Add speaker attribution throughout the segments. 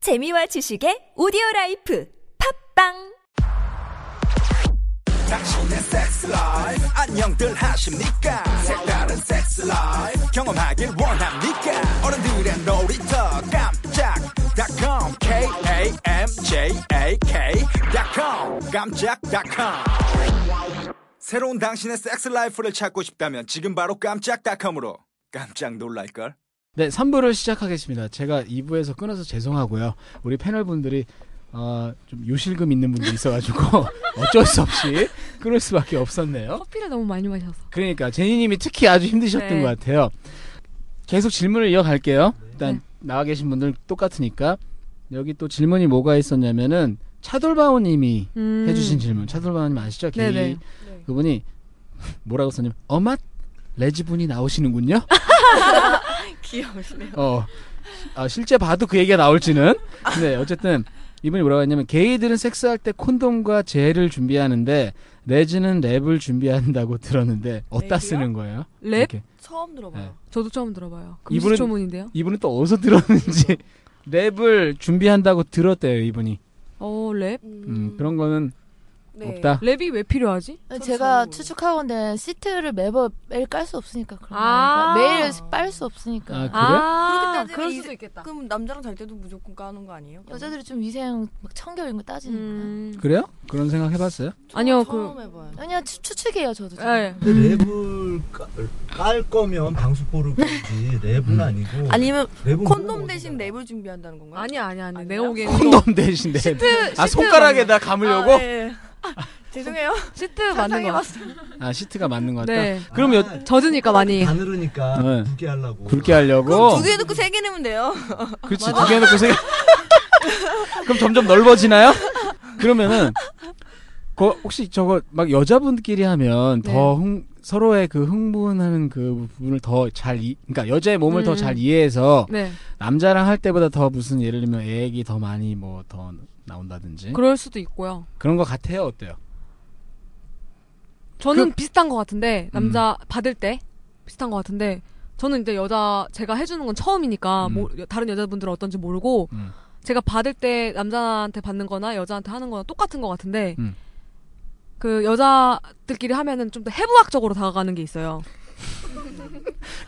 Speaker 1: 재미와 지식의 오디오 라이프 팝빵
Speaker 2: 당신의 섹스 라이프 안녕들 하십니까 색다른 섹스 라이프 경험하길 원합니까 어른들의 놀이터 깜짝 닷컴 KAMJAK.com 깜짝 닷컴 새로운 당신의 섹스 라이프를 찾고 싶다면 지금 바로 깜짝 닷컴으로 깜짝 놀랄걸
Speaker 3: 네, 3부를 시작하겠습니다. 제가 2부에서 끊어서 죄송하고요. 우리 패널분들이 어, 좀 요실금 있는 분도 있어가지고 어쩔 수 없이 끊을 수밖에 없었네요.
Speaker 4: 커피를 너무 많이 마셔서.
Speaker 3: 그러니까 제니님이 특히 아주 힘드셨던
Speaker 4: 네.
Speaker 3: 것 같아요. 계속 질문을 이어갈게요. 일단
Speaker 4: 네.
Speaker 3: 나와 계신 분들 똑같으니까 여기 또 질문이 뭐가 있었냐면은 차돌바오님이
Speaker 4: 음.
Speaker 3: 해주신 질문. 차돌바오님 아시죠? 게이
Speaker 4: 네네.
Speaker 3: 그분이 뭐라고 썼냐면 어맛 레즈분이 나오시는군요.
Speaker 4: 귀여우시네요.
Speaker 3: 어. 아, 실제 봐도 그 얘기가 나올지는. 근데 어쨌든 이분이 뭐라고 했냐면 게이들은 섹스할 때 콘돔과 젤을 준비하는데 레즈는 랩을 준비한다고 들었는데 어디다
Speaker 5: 랩이요?
Speaker 3: 쓰는 거예요?
Speaker 4: 랩?
Speaker 3: 이렇게.
Speaker 5: 처음 들어봐요.
Speaker 4: 저도 처음 들어봐요.
Speaker 3: 이분은-
Speaker 4: 금수초문인데요.
Speaker 3: 이분은 또 어디서 들었는지 랩을 준비한다고 들었대요, 이분이.
Speaker 4: 어, 랩?
Speaker 3: 음, 그런 거는 없다.
Speaker 4: 랩이 왜 필요하지?
Speaker 5: 네,
Speaker 6: 제가 추측하건데 시트를 매번 매일 깔 수 없으니까 그런
Speaker 4: 아.
Speaker 6: 거니까 매일 빨 수 없으니까
Speaker 3: 아, 그래?
Speaker 4: 아,
Speaker 5: 그렇게
Speaker 6: 그럴
Speaker 5: 따지면
Speaker 6: 수도 있겠다.
Speaker 5: 그럼 남자랑 잘 때도 무조건 까는 거 아니에요?
Speaker 6: 여자들이 좀 위생 막 청결인 거 따지는 거야.
Speaker 4: 음.
Speaker 3: 그래요? 그런 생각 해 봤어요?
Speaker 5: 저
Speaker 4: 아니요, 그
Speaker 5: 처음 해봐요.
Speaker 6: 아니야 추, 추측이에요 저도. 좀.
Speaker 4: 예.
Speaker 7: 랩을 음, 깔, 깔 거면 방수포를 깔지 랩은 아니고
Speaker 5: 아니면
Speaker 3: 네
Speaker 7: 랩은
Speaker 5: 콘돔 대신 랩을 준비한다는 건가요?
Speaker 4: 아니야, 아니야, 아니야. 내
Speaker 5: 아니야?
Speaker 4: 오기엔
Speaker 3: 콘돔 대신 랩.
Speaker 4: 네, 시트,
Speaker 3: 아,
Speaker 4: 시트
Speaker 3: 손가락에다
Speaker 5: 아,
Speaker 3: 감으려고? 아,
Speaker 5: 네. 아, 죄송해요.
Speaker 4: 맞는- 시트 맞는 거 같아.
Speaker 3: 시트가 맞는 것 같다.
Speaker 4: 네.
Speaker 3: 그럼 여
Speaker 4: 젖으니까 많이.
Speaker 7: 다 늘으니까
Speaker 3: 네.
Speaker 7: 굵게 하려고
Speaker 3: 아, 굵게 하려고
Speaker 5: 그럼 두 개 넣고 세 개 넣으면 돼요.
Speaker 3: 그렇지 두 개 놓고 세 개. 그럼 점점 넓어지나요? 그러면은 거, 혹시 저거 막 여자분끼리 하면
Speaker 4: 네.
Speaker 3: 더 흥, 서로의 그 흥분하는 그 부분을 더 잘 그러니까 여자의 몸을
Speaker 4: 음.
Speaker 3: 더 잘 이해해서
Speaker 4: 네.
Speaker 3: 남자랑 할 때보다 더 무슨 예를 들면 애기 더 많이 뭐 더 나온다든지
Speaker 4: 네. 그럴 수도 있고요.
Speaker 3: 그런것 같아요 어때요?
Speaker 4: 저는
Speaker 3: 그
Speaker 4: 비슷한 거 같은데, 남자
Speaker 3: 음.
Speaker 4: 받을 때 비슷한 거 같은데, 저는 이제 여자, 제가 해주는 건 처음이니까,
Speaker 3: 음.
Speaker 4: 뭐, 여- 다른 여자분들은 어떤지 모르고,
Speaker 3: 음.
Speaker 4: 제가 받을 때 남자한테 받는 거나 여자한테 하는 거나 똑같은 것 같은데
Speaker 3: 음.
Speaker 4: 그 여자들끼리 하면은 좀 더 해부학적으로 다가가는 게 있어요.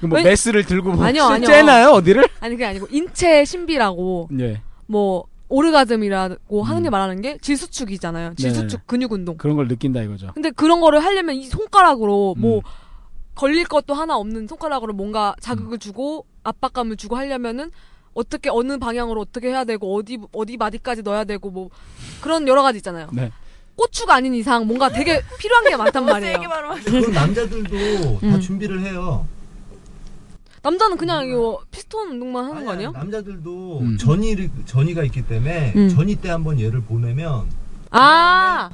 Speaker 3: 그뭐
Speaker 4: 왜-
Speaker 3: 메스를 들고 뭐
Speaker 4: 아니요, 아니요.
Speaker 3: 째나요 어디를?
Speaker 4: 아니 그게 아니고 인체 신비라고
Speaker 3: 예
Speaker 4: 뭐 오르가즘이라고 하는 게
Speaker 3: 음. 네.
Speaker 4: 말하는 게 질수축이잖아요. 질수축 근육 운동.
Speaker 3: 그런 걸 느낀다 이거죠.
Speaker 4: 근데 그런 거를 하려면 이 손가락으로 뭐
Speaker 3: 음.
Speaker 4: 걸릴 것도 하나 없는 손가락으로 뭔가 자극을 주고 압박감을 주고 하려면은 어떻게 어느 방향으로 어떻게 해야 되고 어디 어디 마디까지 넣어야 되고 뭐 그런 여러 가지 있잖아요.
Speaker 3: 네.
Speaker 4: 고추가 아닌 이상 뭔가 되게 필요한 게 많단 말이에요.
Speaker 5: 세게 말하면
Speaker 7: 근데 그건 남자들도
Speaker 4: 음.
Speaker 7: 다 준비를 해요
Speaker 4: 남자는 그냥 이거 피스톤 운동만 하는 거 음. 아니에요?
Speaker 7: 남자들도
Speaker 3: 음.
Speaker 7: 전이, 전이가 있기 때문에
Speaker 4: 음.
Speaker 7: 전이 때 한번 얘를 보내면
Speaker 4: 아,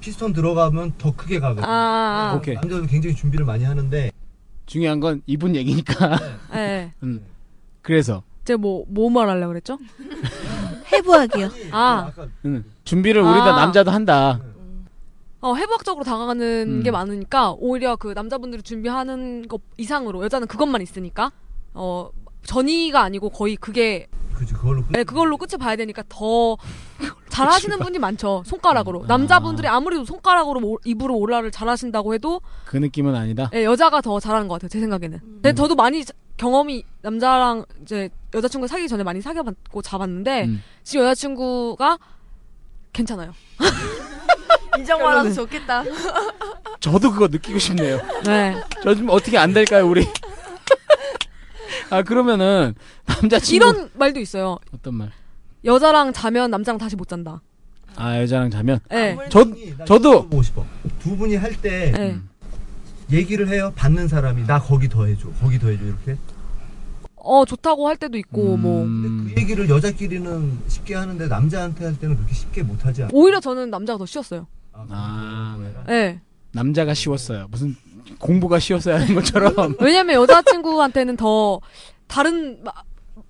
Speaker 7: 피스톤 들어가면 더 크게 가거든요
Speaker 4: 아,
Speaker 3: 오케이.
Speaker 7: 남자들 굉장히 준비를 많이 하는데
Speaker 3: 중요한 건 이분 얘기니까.
Speaker 4: 예. 네.
Speaker 3: 음. 그래서
Speaker 4: 제가 뭐, 뭐 말하려고 그랬죠?
Speaker 5: 해부학이요.
Speaker 7: 아니,
Speaker 4: 아.
Speaker 7: 그 아까
Speaker 3: 음. 준비를 우리가
Speaker 4: 아.
Speaker 3: 남자도 한다.
Speaker 4: 어, 해부학적으로 다가가는
Speaker 3: 음.
Speaker 4: 게 많으니까, 오히려 그 남자분들이 준비하는 것 이상으로, 여자는 그것만 있으니까, 어, 전이가 아니고 거의 그게,
Speaker 7: 그죠 그걸로 끝
Speaker 4: 네, 그걸로 끝을 봐야 되니까 더, 잘 하시는 분이 많죠. 손가락으로.
Speaker 3: 아.
Speaker 4: 남자분들이 아무래도 손가락으로, 오- 입으로 올라를 잘 하신다고 해도,
Speaker 3: 그 느낌은 아니다.
Speaker 4: 예, 여자가 더 잘하는 것 같아요. 제 생각에는. 근데 저도 많이 자- 경험이 남자랑 이제 여자친구 사귀기 전에 많이 사귀어봤고 잡았는데
Speaker 3: 음.
Speaker 4: 지금 여자친구가 괜찮아요.
Speaker 5: 인정받아서 좋겠다.
Speaker 3: 저도 그거 느끼고 싶네요.
Speaker 4: 네.
Speaker 3: 저 좀 어떻게 안 될까요, 우리? 아 그러면은 남자친구
Speaker 4: 이런 말도 있어요.
Speaker 3: 어떤 말?
Speaker 4: 여자랑 자면 남자랑 다시 못 잔다.
Speaker 3: 아 여자랑 자면
Speaker 4: 예.
Speaker 5: 아무래도
Speaker 3: 저-
Speaker 7: 나
Speaker 3: 저도-
Speaker 7: 이거 보고 싶어 두 분이 할
Speaker 3: 아,
Speaker 7: 때
Speaker 4: 예.
Speaker 3: 음.
Speaker 7: 얘기를 해요 받는 사람이 나 거기 더 해줘 거기 더 해줘 이렇게
Speaker 4: 어 좋다고 할 때도 있고 뭐
Speaker 3: 음,
Speaker 7: 근데 그 얘기를 여자끼리는 쉽게 하는데 남자한테 할 때는 그렇게 쉽게 못 하지 않아?
Speaker 4: 오히려 저는 남자가 더 쉬웠어요.
Speaker 3: 아,
Speaker 4: 예.
Speaker 3: 남자가 쉬웠어요. 무슨 공부가 쉬웠어야 하는 것처럼.
Speaker 4: 왜냐면 여자친구한테는 더 다른 마,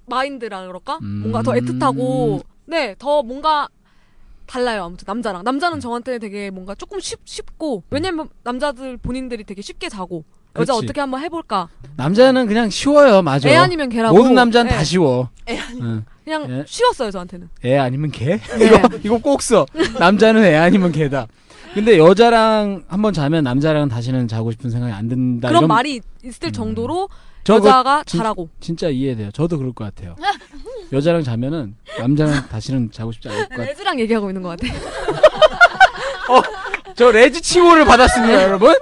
Speaker 4: 마인드라 그럴까?
Speaker 3: 음.
Speaker 4: 뭔가 더 애틋하고 네, 더 뭔가 달라요. 아무튼 남자랑 남자는 저한테 되게 뭔가 조금 쉽, 쉽고 왜냐면 남자들 본인들이 되게 쉽게 자고 여자
Speaker 3: 그치.
Speaker 4: 어떻게 한번 해볼까?
Speaker 3: 남자는 그냥 쉬워요, 맞아.
Speaker 4: 애 아니면 걔라고
Speaker 3: 모든 남자는
Speaker 4: 네.
Speaker 3: 다 쉬워.
Speaker 5: 애
Speaker 3: 응.
Speaker 4: 그냥
Speaker 3: 예.
Speaker 4: 쉬웠어요 저한테는.
Speaker 3: 애 아니면
Speaker 4: 예.
Speaker 3: 개? 이거 이거 꼭 써. 남자는 애 아니면 개다. 근데 여자랑 한번 자면 남자랑 다시는 자고 싶은 생각이 안 든다.
Speaker 4: 그런
Speaker 3: 이런- 음.
Speaker 4: 말이 있을 정도로
Speaker 3: 저거
Speaker 4: 여자가
Speaker 3: 진-
Speaker 4: 잘하고.
Speaker 3: 진짜 이해돼요. 저도 그럴 것 같아요. 여자랑 자면은 남자랑 다시는 자고 싶지 않을 것 같아요.
Speaker 4: 레즈랑 얘기하고 있는 것 같아.
Speaker 3: 저 레즈 칭호를 받았습니다, 여러분.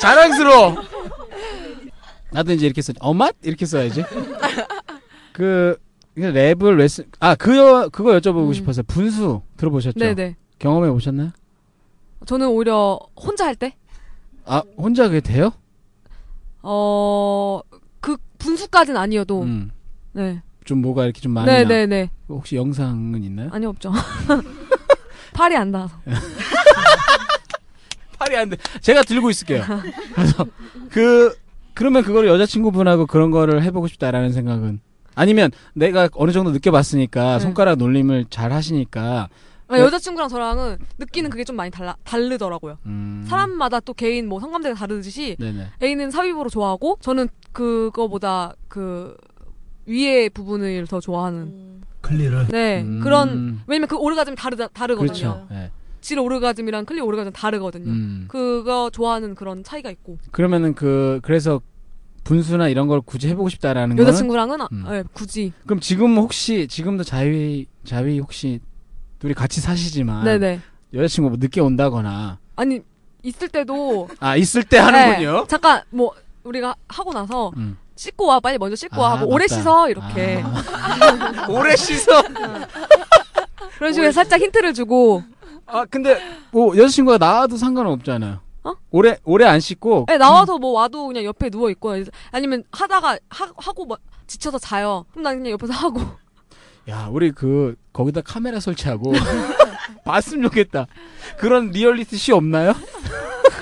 Speaker 3: 자랑스러워. 나도 이제 이렇게 써. 어맛 이렇게 써야지. 그 이게 랩을 레슨 아그 그거 여쭤보고
Speaker 4: 음.
Speaker 3: 싶어서 분수 들어보셨죠?
Speaker 4: 네네.
Speaker 3: 경험해 보셨나요?
Speaker 4: 저는 오히려 혼자 할 때,
Speaker 3: 아 혼자 그게 돼요?
Speaker 4: 어, 그 분수까진 아니어도,
Speaker 3: 음.
Speaker 4: 네.
Speaker 3: 좀 뭐가 이렇게 좀 많이 나.
Speaker 4: 네네네.
Speaker 3: 혹시 영상은 있나요?
Speaker 4: 아니, 없죠. 팔이 안 닿아서.
Speaker 3: 팔이 안 돼. 제가 들고 있을게요. 그래서 그 그러면 그걸 여자친구분하고 그런 거를 해보고 싶다라는 생각은 아니면 내가 어느 정도 느껴봤으니까
Speaker 4: 네.
Speaker 3: 손가락 놀림을 잘 하시니까
Speaker 4: 아,
Speaker 3: 네.
Speaker 4: 여자친구랑 저랑은 느끼는 그게 좀 많이 달라, 다르더라고요.
Speaker 3: 음,
Speaker 4: 사람마다 또 개인 뭐 성감대가 다르듯이,
Speaker 3: 네네
Speaker 4: A는 삽입으로 좋아하고, 저는 그거보다 그, 위에 부분을 더 좋아하는.
Speaker 5: 음.
Speaker 7: 클리를
Speaker 4: 네,
Speaker 3: 음.
Speaker 4: 그런, 왜냐면 그 오르가즘이 다르다, 다르거든요. 네.
Speaker 3: 그렇죠. 예.
Speaker 4: 질 오르가즘이랑 클리 오르가즘 다르거든요.
Speaker 3: 음.
Speaker 4: 그거 좋아하는 그런 차이가 있고.
Speaker 3: 그러면은 그 그래서 분수나 이런 걸 굳이 해보고 싶다라는 거는
Speaker 4: 여자친구랑은 아-
Speaker 3: 음.
Speaker 4: 예, 굳이
Speaker 3: 그럼 지금 혹시 지금도 자위 자위 혹시 둘이 같이 사시지만
Speaker 4: 네네
Speaker 3: 여자친구 뭐 늦게 온다거나
Speaker 4: 아니 있을 때도
Speaker 3: 아 있을 때
Speaker 4: 예,
Speaker 3: 하는군요.
Speaker 4: 잠깐 뭐 우리가 하고 나서
Speaker 3: 음.
Speaker 4: 씻고 와 빨리 먼저 씻고 와
Speaker 3: 아,
Speaker 4: 하고 오래
Speaker 3: 맞다.
Speaker 4: 씻어 이렇게
Speaker 3: 아.
Speaker 4: 네.
Speaker 3: 오래 씻어.
Speaker 4: 그런 식으로 살짝 힌트를 주고
Speaker 3: 아 근데 뭐 여자친구가 나와도 상관은 없잖아요.
Speaker 4: 어?
Speaker 3: 오래 오래 안 씻고
Speaker 4: 예, 나와서 뭐 와도 그냥 옆에 누워 있고 아니면 하다가 하, 하고 뭐 지쳐서 자요 그럼 난 그냥 옆에서 하고
Speaker 3: 야 우리 그 거기다 카메라 설치하고 봤으면 좋겠다. 그런 리얼리티 쇼 없나요?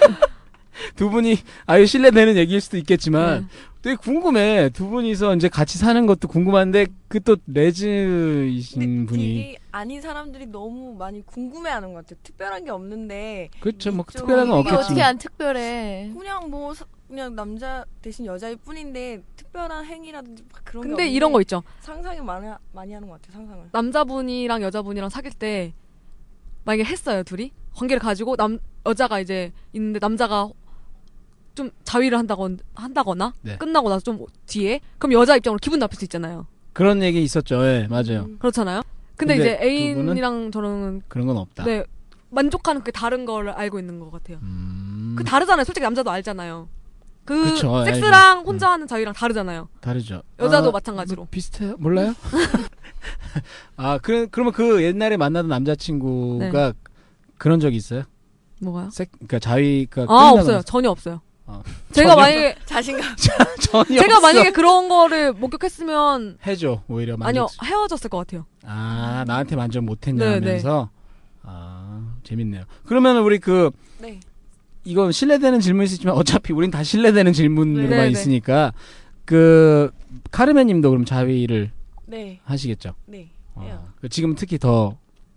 Speaker 3: 두 분이 아유 실례되는 얘기일 수도
Speaker 4: 네.
Speaker 3: 있겠지만 되게 궁금해. 두 분이서 이제 같이 사는 것도 궁금한데 그 또
Speaker 6: 네,
Speaker 3: 레즈이신 분이
Speaker 5: 되게 아닌 사람들이 너무 많이 궁금해하는 것 같아요. 특별한 게 없는데
Speaker 3: 그렇죠 뭐
Speaker 5: 좀
Speaker 3: 특별한 건
Speaker 6: 이게 어떻게
Speaker 3: 없겠지만
Speaker 6: 안 특별해.
Speaker 5: 그냥 뭐 사- 그냥 남자 대신 여자일 뿐인데 특별한 행위라든지 막 그런 게
Speaker 4: 근데
Speaker 5: 없는데
Speaker 4: 이런 거 있죠
Speaker 5: 상상이 많이 하- 많이 하는 것 같아요. 상상을.
Speaker 4: 남자분이랑 여자분이랑 사귈 때 만약에 했어요 둘이 관계를 가지고 남 여자가 이제 있는데 남자가 좀 자위를 한다건 한다거나
Speaker 3: 네.
Speaker 4: 끝나고 나서 좀 뒤에 그럼 여자 입장으로 기분 나쁠 수 있잖아요
Speaker 3: 그런 얘기 있었죠. 예 맞아요.
Speaker 4: 그렇잖아요 근데,
Speaker 3: 근데
Speaker 4: 이제
Speaker 3: 두
Speaker 4: 애인이랑 저는
Speaker 3: 그런 건 없다.
Speaker 4: 네 만족하는 그 다른 걸 알고 있는 것 같아요
Speaker 3: 음,
Speaker 4: 그 다르잖아요 솔직히 남자도 알잖아요 그
Speaker 3: 그쵸, 알죠.
Speaker 4: 섹스랑 혼자
Speaker 3: 음.
Speaker 4: 하는 자위랑 다르잖아요
Speaker 3: 다르죠.
Speaker 4: 여자도
Speaker 3: 아,
Speaker 4: 마찬가지로
Speaker 3: 비슷해요? 몰라요? 아, 그래, 그러면 그 옛날에 만나던 남자친구가
Speaker 4: 네.
Speaker 3: 그런 적이 있어요?
Speaker 4: 뭐가요?
Speaker 3: 섹, 그러니까 자위가.
Speaker 4: 아
Speaker 3: 끝나고
Speaker 4: 없어요
Speaker 3: 나서-
Speaker 4: 전혀 없어요
Speaker 3: 아.
Speaker 4: 제가
Speaker 3: 전혀?
Speaker 4: 만약에
Speaker 5: 자신감.
Speaker 3: 전혀
Speaker 4: 제가
Speaker 3: 없어.
Speaker 4: 만약에 그런 거를 목격했으면
Speaker 3: 해줘, 오히려. 만족-
Speaker 4: 아니요 헤어졌을 것 같아요.
Speaker 3: 아, 나한테 만져 못했냐
Speaker 4: 네,
Speaker 3: 하면서. 아, 재밌네요. 그러면 우리 그,
Speaker 5: 네.
Speaker 3: 이건 신뢰되는 질문일 수 있지만 어차피 우린 다 신뢰되는 질문으로만
Speaker 4: 네, 네.
Speaker 3: 있으니까, 그, 카르멘 님도 그럼 자위를
Speaker 5: 네.
Speaker 3: 하시겠죠?
Speaker 5: 네.
Speaker 3: 어,
Speaker 5: 해요.
Speaker 3: 그 지금 특히 더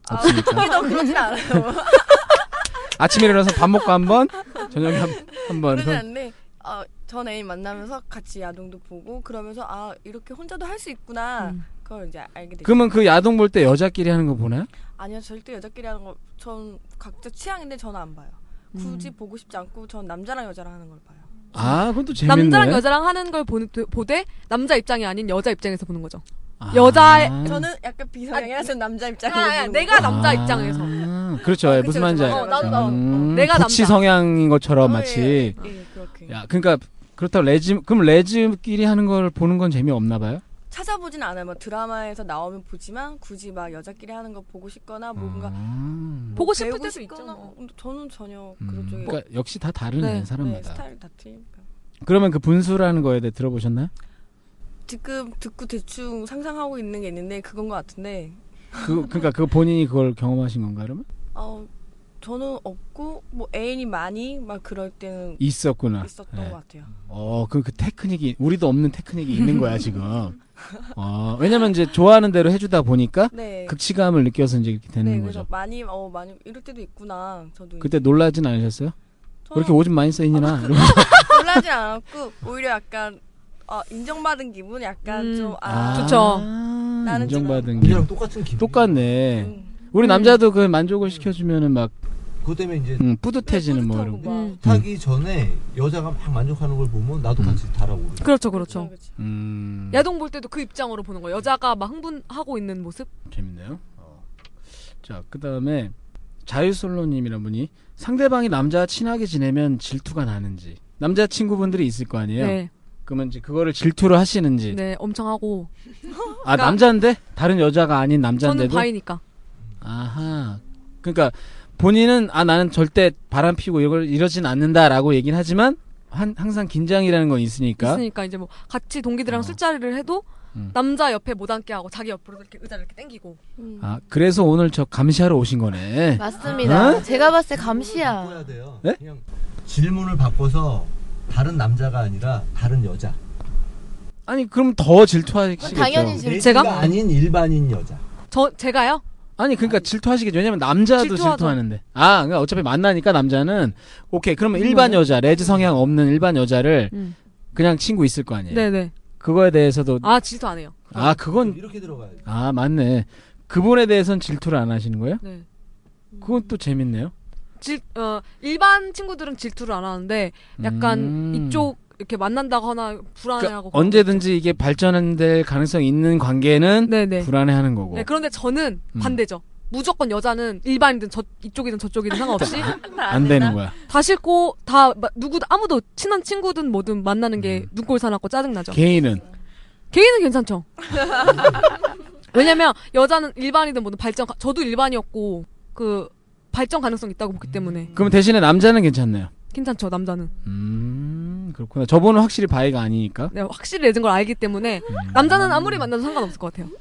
Speaker 4: 아.
Speaker 3: 없으니까.
Speaker 5: 그게 더 그러진 않아요.
Speaker 3: 아침에 일어나서 밥 먹고 한 번, 저녁에 한, 한 번.
Speaker 5: 그러진 않는데 어, 전 애인 만나면서 같이 야동도 보고 그러면서 아 이렇게 혼자도 할 수 있구나.
Speaker 4: 음.
Speaker 5: 그걸 이제 알게 됐죠.
Speaker 3: 그러면 그 야동 볼 때 여자끼리 하는 거 보나요?
Speaker 5: 아니요 절대 여자끼리 하는 거 전 각자 취향인데 저는 안 봐요. 굳이
Speaker 3: 음.
Speaker 5: 보고 싶지 않고 전 남자랑 여자랑 하는 걸 봐요.
Speaker 3: 아, 그건 또 재밌네.
Speaker 4: 남자랑 여자랑 하는 걸 보, 보되 남자 입장이 아닌 여자 입장에서 보는 거죠.
Speaker 3: 아.
Speaker 4: 여자의-
Speaker 5: 저는 약간 비성향이라 서 남자 입장에서
Speaker 4: 아, 아,
Speaker 5: 보는
Speaker 4: 내가
Speaker 5: 거예요.
Speaker 4: 남자
Speaker 3: 아.
Speaker 4: 입장에서.
Speaker 3: 그렇죠. 예, 무슨
Speaker 5: 그쵸,
Speaker 3: 말인지
Speaker 5: 그쵸.
Speaker 3: 알아요.
Speaker 5: 어, 나도 나도.
Speaker 3: 음,
Speaker 4: 내가
Speaker 3: 구치
Speaker 4: 남자.
Speaker 3: 성향인 것처럼
Speaker 5: 어,
Speaker 3: 마치.
Speaker 5: 예, 예, 예, 그렇게
Speaker 3: 야, 그러니까 그렇다고 레즈 그럼 레즈끼리 하는 걸 보는 건 재미없나 봐요?
Speaker 5: 찾아보진 않아요. 뭐 드라마에서 나오면 보지만 굳이 막 여자끼리 하는 거 보고 싶거나 뭔가
Speaker 3: 아.
Speaker 4: 보고 싶을
Speaker 5: 배우고
Speaker 4: 때도 있죠,
Speaker 5: 싶거나
Speaker 4: 뭐.
Speaker 5: 뭐 저는 전혀
Speaker 3: 음,
Speaker 5: 그런 쪽에
Speaker 3: 그러니까 역시 다 다르네
Speaker 4: 네,
Speaker 5: 네,
Speaker 3: 사람마다.
Speaker 5: 스타일 다 틀리니까.
Speaker 3: 그러면 그 분수라는 거에 대해 들어보셨나요?
Speaker 5: 지금 듣고 대충 상상하고 있는 게 있는데 그건 것 같은데
Speaker 3: 그 그러니까 그 본인이 그걸 경험하신 건가 그러면?
Speaker 5: 어 저는 없고 뭐 애인이 많이 막 그럴 때는
Speaker 3: 있었구나.
Speaker 5: 있었던
Speaker 3: 예.
Speaker 5: 것 같아요.
Speaker 3: 어, 그, 그 테크닉이, 우리도 없는 테크닉이 있는 거야, 지금. 어, 왜냐면 이제 좋아하는 대로 해주다 보니까
Speaker 5: 네.
Speaker 3: 극치감을 느껴서 이제 이렇게 되는
Speaker 5: 네, 그래서
Speaker 3: 거죠.
Speaker 5: 많이 어 많이 이럴 때도 있구나. 저도
Speaker 3: 그때 놀라진 않으셨어요? 왜
Speaker 5: 저는 아,
Speaker 3: 이렇게 오줌 많이 싸이니나? 이러면서.
Speaker 5: 놀라지 않았고 오히려 약간 어, 인정받은 기분, 약간
Speaker 4: 음.
Speaker 5: 좀 아,
Speaker 4: 좋죠.
Speaker 5: 나는
Speaker 3: 인정받은 게
Speaker 7: 우리랑 똑같은 기분.
Speaker 3: 똑같네.
Speaker 5: 음.
Speaker 3: 우리
Speaker 4: 음.
Speaker 3: 남자도 그 만족을 시켜주면은 막
Speaker 7: 그것 때문에 이제
Speaker 3: 음, 뿌듯해지는 뭐 이런.
Speaker 5: 네, 뿌듯하고
Speaker 3: 거.
Speaker 5: 막.
Speaker 4: 음.
Speaker 7: 타기 전에 여자가 막 만족하는 걸 보면 나도 같이 달아오르.
Speaker 4: 그렇죠, 그렇죠.
Speaker 5: 그치.
Speaker 3: 음,
Speaker 4: 야동 볼 때도 그 입장으로 보는 거예요. 여자가 막 흥분하고 있는 모습.
Speaker 3: 재밌네요. 어. 자, 그 다음에 자유솔로님이란 분이 상대방이 남자와 친하게 지내면 질투가 나는지 남자 친구분들이 있을 거 아니에요.
Speaker 4: 네,
Speaker 3: 그러면 이제 그거를 질투를 하시는지
Speaker 4: 네, 엄청 하고.
Speaker 3: 아
Speaker 4: 그러니까-
Speaker 3: 남자인데 다른 여자가 아닌
Speaker 4: 저는
Speaker 3: 남자인데도
Speaker 4: 바이니까.
Speaker 3: 아하. 그러니까 본인은 아 나는 절대 바람 피고 이걸 이러진 않는다라고 얘기는 하지만 한, 항상 긴장이라는 건 있으니까.
Speaker 4: 있으니까 이제 뭐 같이
Speaker 3: 그러니까?
Speaker 4: 동기들이랑
Speaker 3: 어.
Speaker 4: 술자리를 해도
Speaker 3: 음.
Speaker 4: 남자 옆에 못 앉게 하고 자기 옆으로 이렇게 의자를 이렇게 당기고.
Speaker 5: 음.
Speaker 3: 아 그래서 오늘 저 감시하러 오신 거네.
Speaker 6: 맞습니다.
Speaker 3: 어?
Speaker 6: 제가 봤을 때
Speaker 7: 바꿔야
Speaker 6: 감시야.
Speaker 7: 돼요.
Speaker 3: 네?
Speaker 7: 그냥 질문을 바꿔서 다른 남자가 아니라 다른 여자.
Speaker 3: 아니 그럼 더 질투하시겠죠.
Speaker 6: 당연히 질-
Speaker 4: 제가?
Speaker 7: 내가 아닌 일반인 여자.
Speaker 4: 저 제가요?
Speaker 3: 아니 그러니까 질투하시겠죠. 왜냐면 남자도
Speaker 4: 질투하죠.
Speaker 3: 질투하는데. 아 그러니까 어차피 만나니까 남자는 오케이 그러면 일반 여자 레즈 성향 없는 일반 여자를
Speaker 4: 음.
Speaker 3: 그냥 친구 있을 거 아니에요.
Speaker 4: 네, 네.
Speaker 3: 그거에 대해서도
Speaker 4: 아 질투 안 해요.
Speaker 3: 아 그건
Speaker 7: 이렇게 들어가야 돼.
Speaker 3: 아 맞네. 그분에 대해선 질투를 안 하시는 거예요?
Speaker 4: 네.
Speaker 3: 그건 또 재밌네요.
Speaker 4: 질, 어, 일반 친구들은 질투를 안 하는데 약간
Speaker 3: 음.
Speaker 4: 이쪽 이렇게 만난다거나 아, 네, 불안해하고.
Speaker 3: 그러니까 언제든지 이게 발전될 가능성이 있는 관계는
Speaker 4: 네네.
Speaker 3: 불안해하는 거고.
Speaker 4: 네, 그런데 저는
Speaker 3: 음.
Speaker 4: 반대죠. 무조건 여자는 일반이든 저 이쪽이든 저쪽이든 상관없이
Speaker 3: 네. 안 되는 거야.
Speaker 4: 다 싫고 다 마- 누구도 아무도 친한 친구든 뭐든 만나는 게 눈꼴 사납고 짜증 나죠.
Speaker 3: 음. 개인은
Speaker 4: 음. 개인은 괜찮죠. 왜냐면 여자는 일반이든 뭐든 발전 가- 저도 일반이었고 그 발전 가능성 있다고
Speaker 3: 음.
Speaker 4: 보기 때문에
Speaker 3: 그럼 대신에 남자는 괜찮네요.
Speaker 4: 괜찮죠 남자는
Speaker 3: 음 그렇구나. 저분은 확실히 바이가 아니니까.
Speaker 4: 내가 네, 확실히 내준 걸 알기 때문에
Speaker 3: 음.
Speaker 4: 남자는 아무리 만나도 상관없을 것 같아요. 한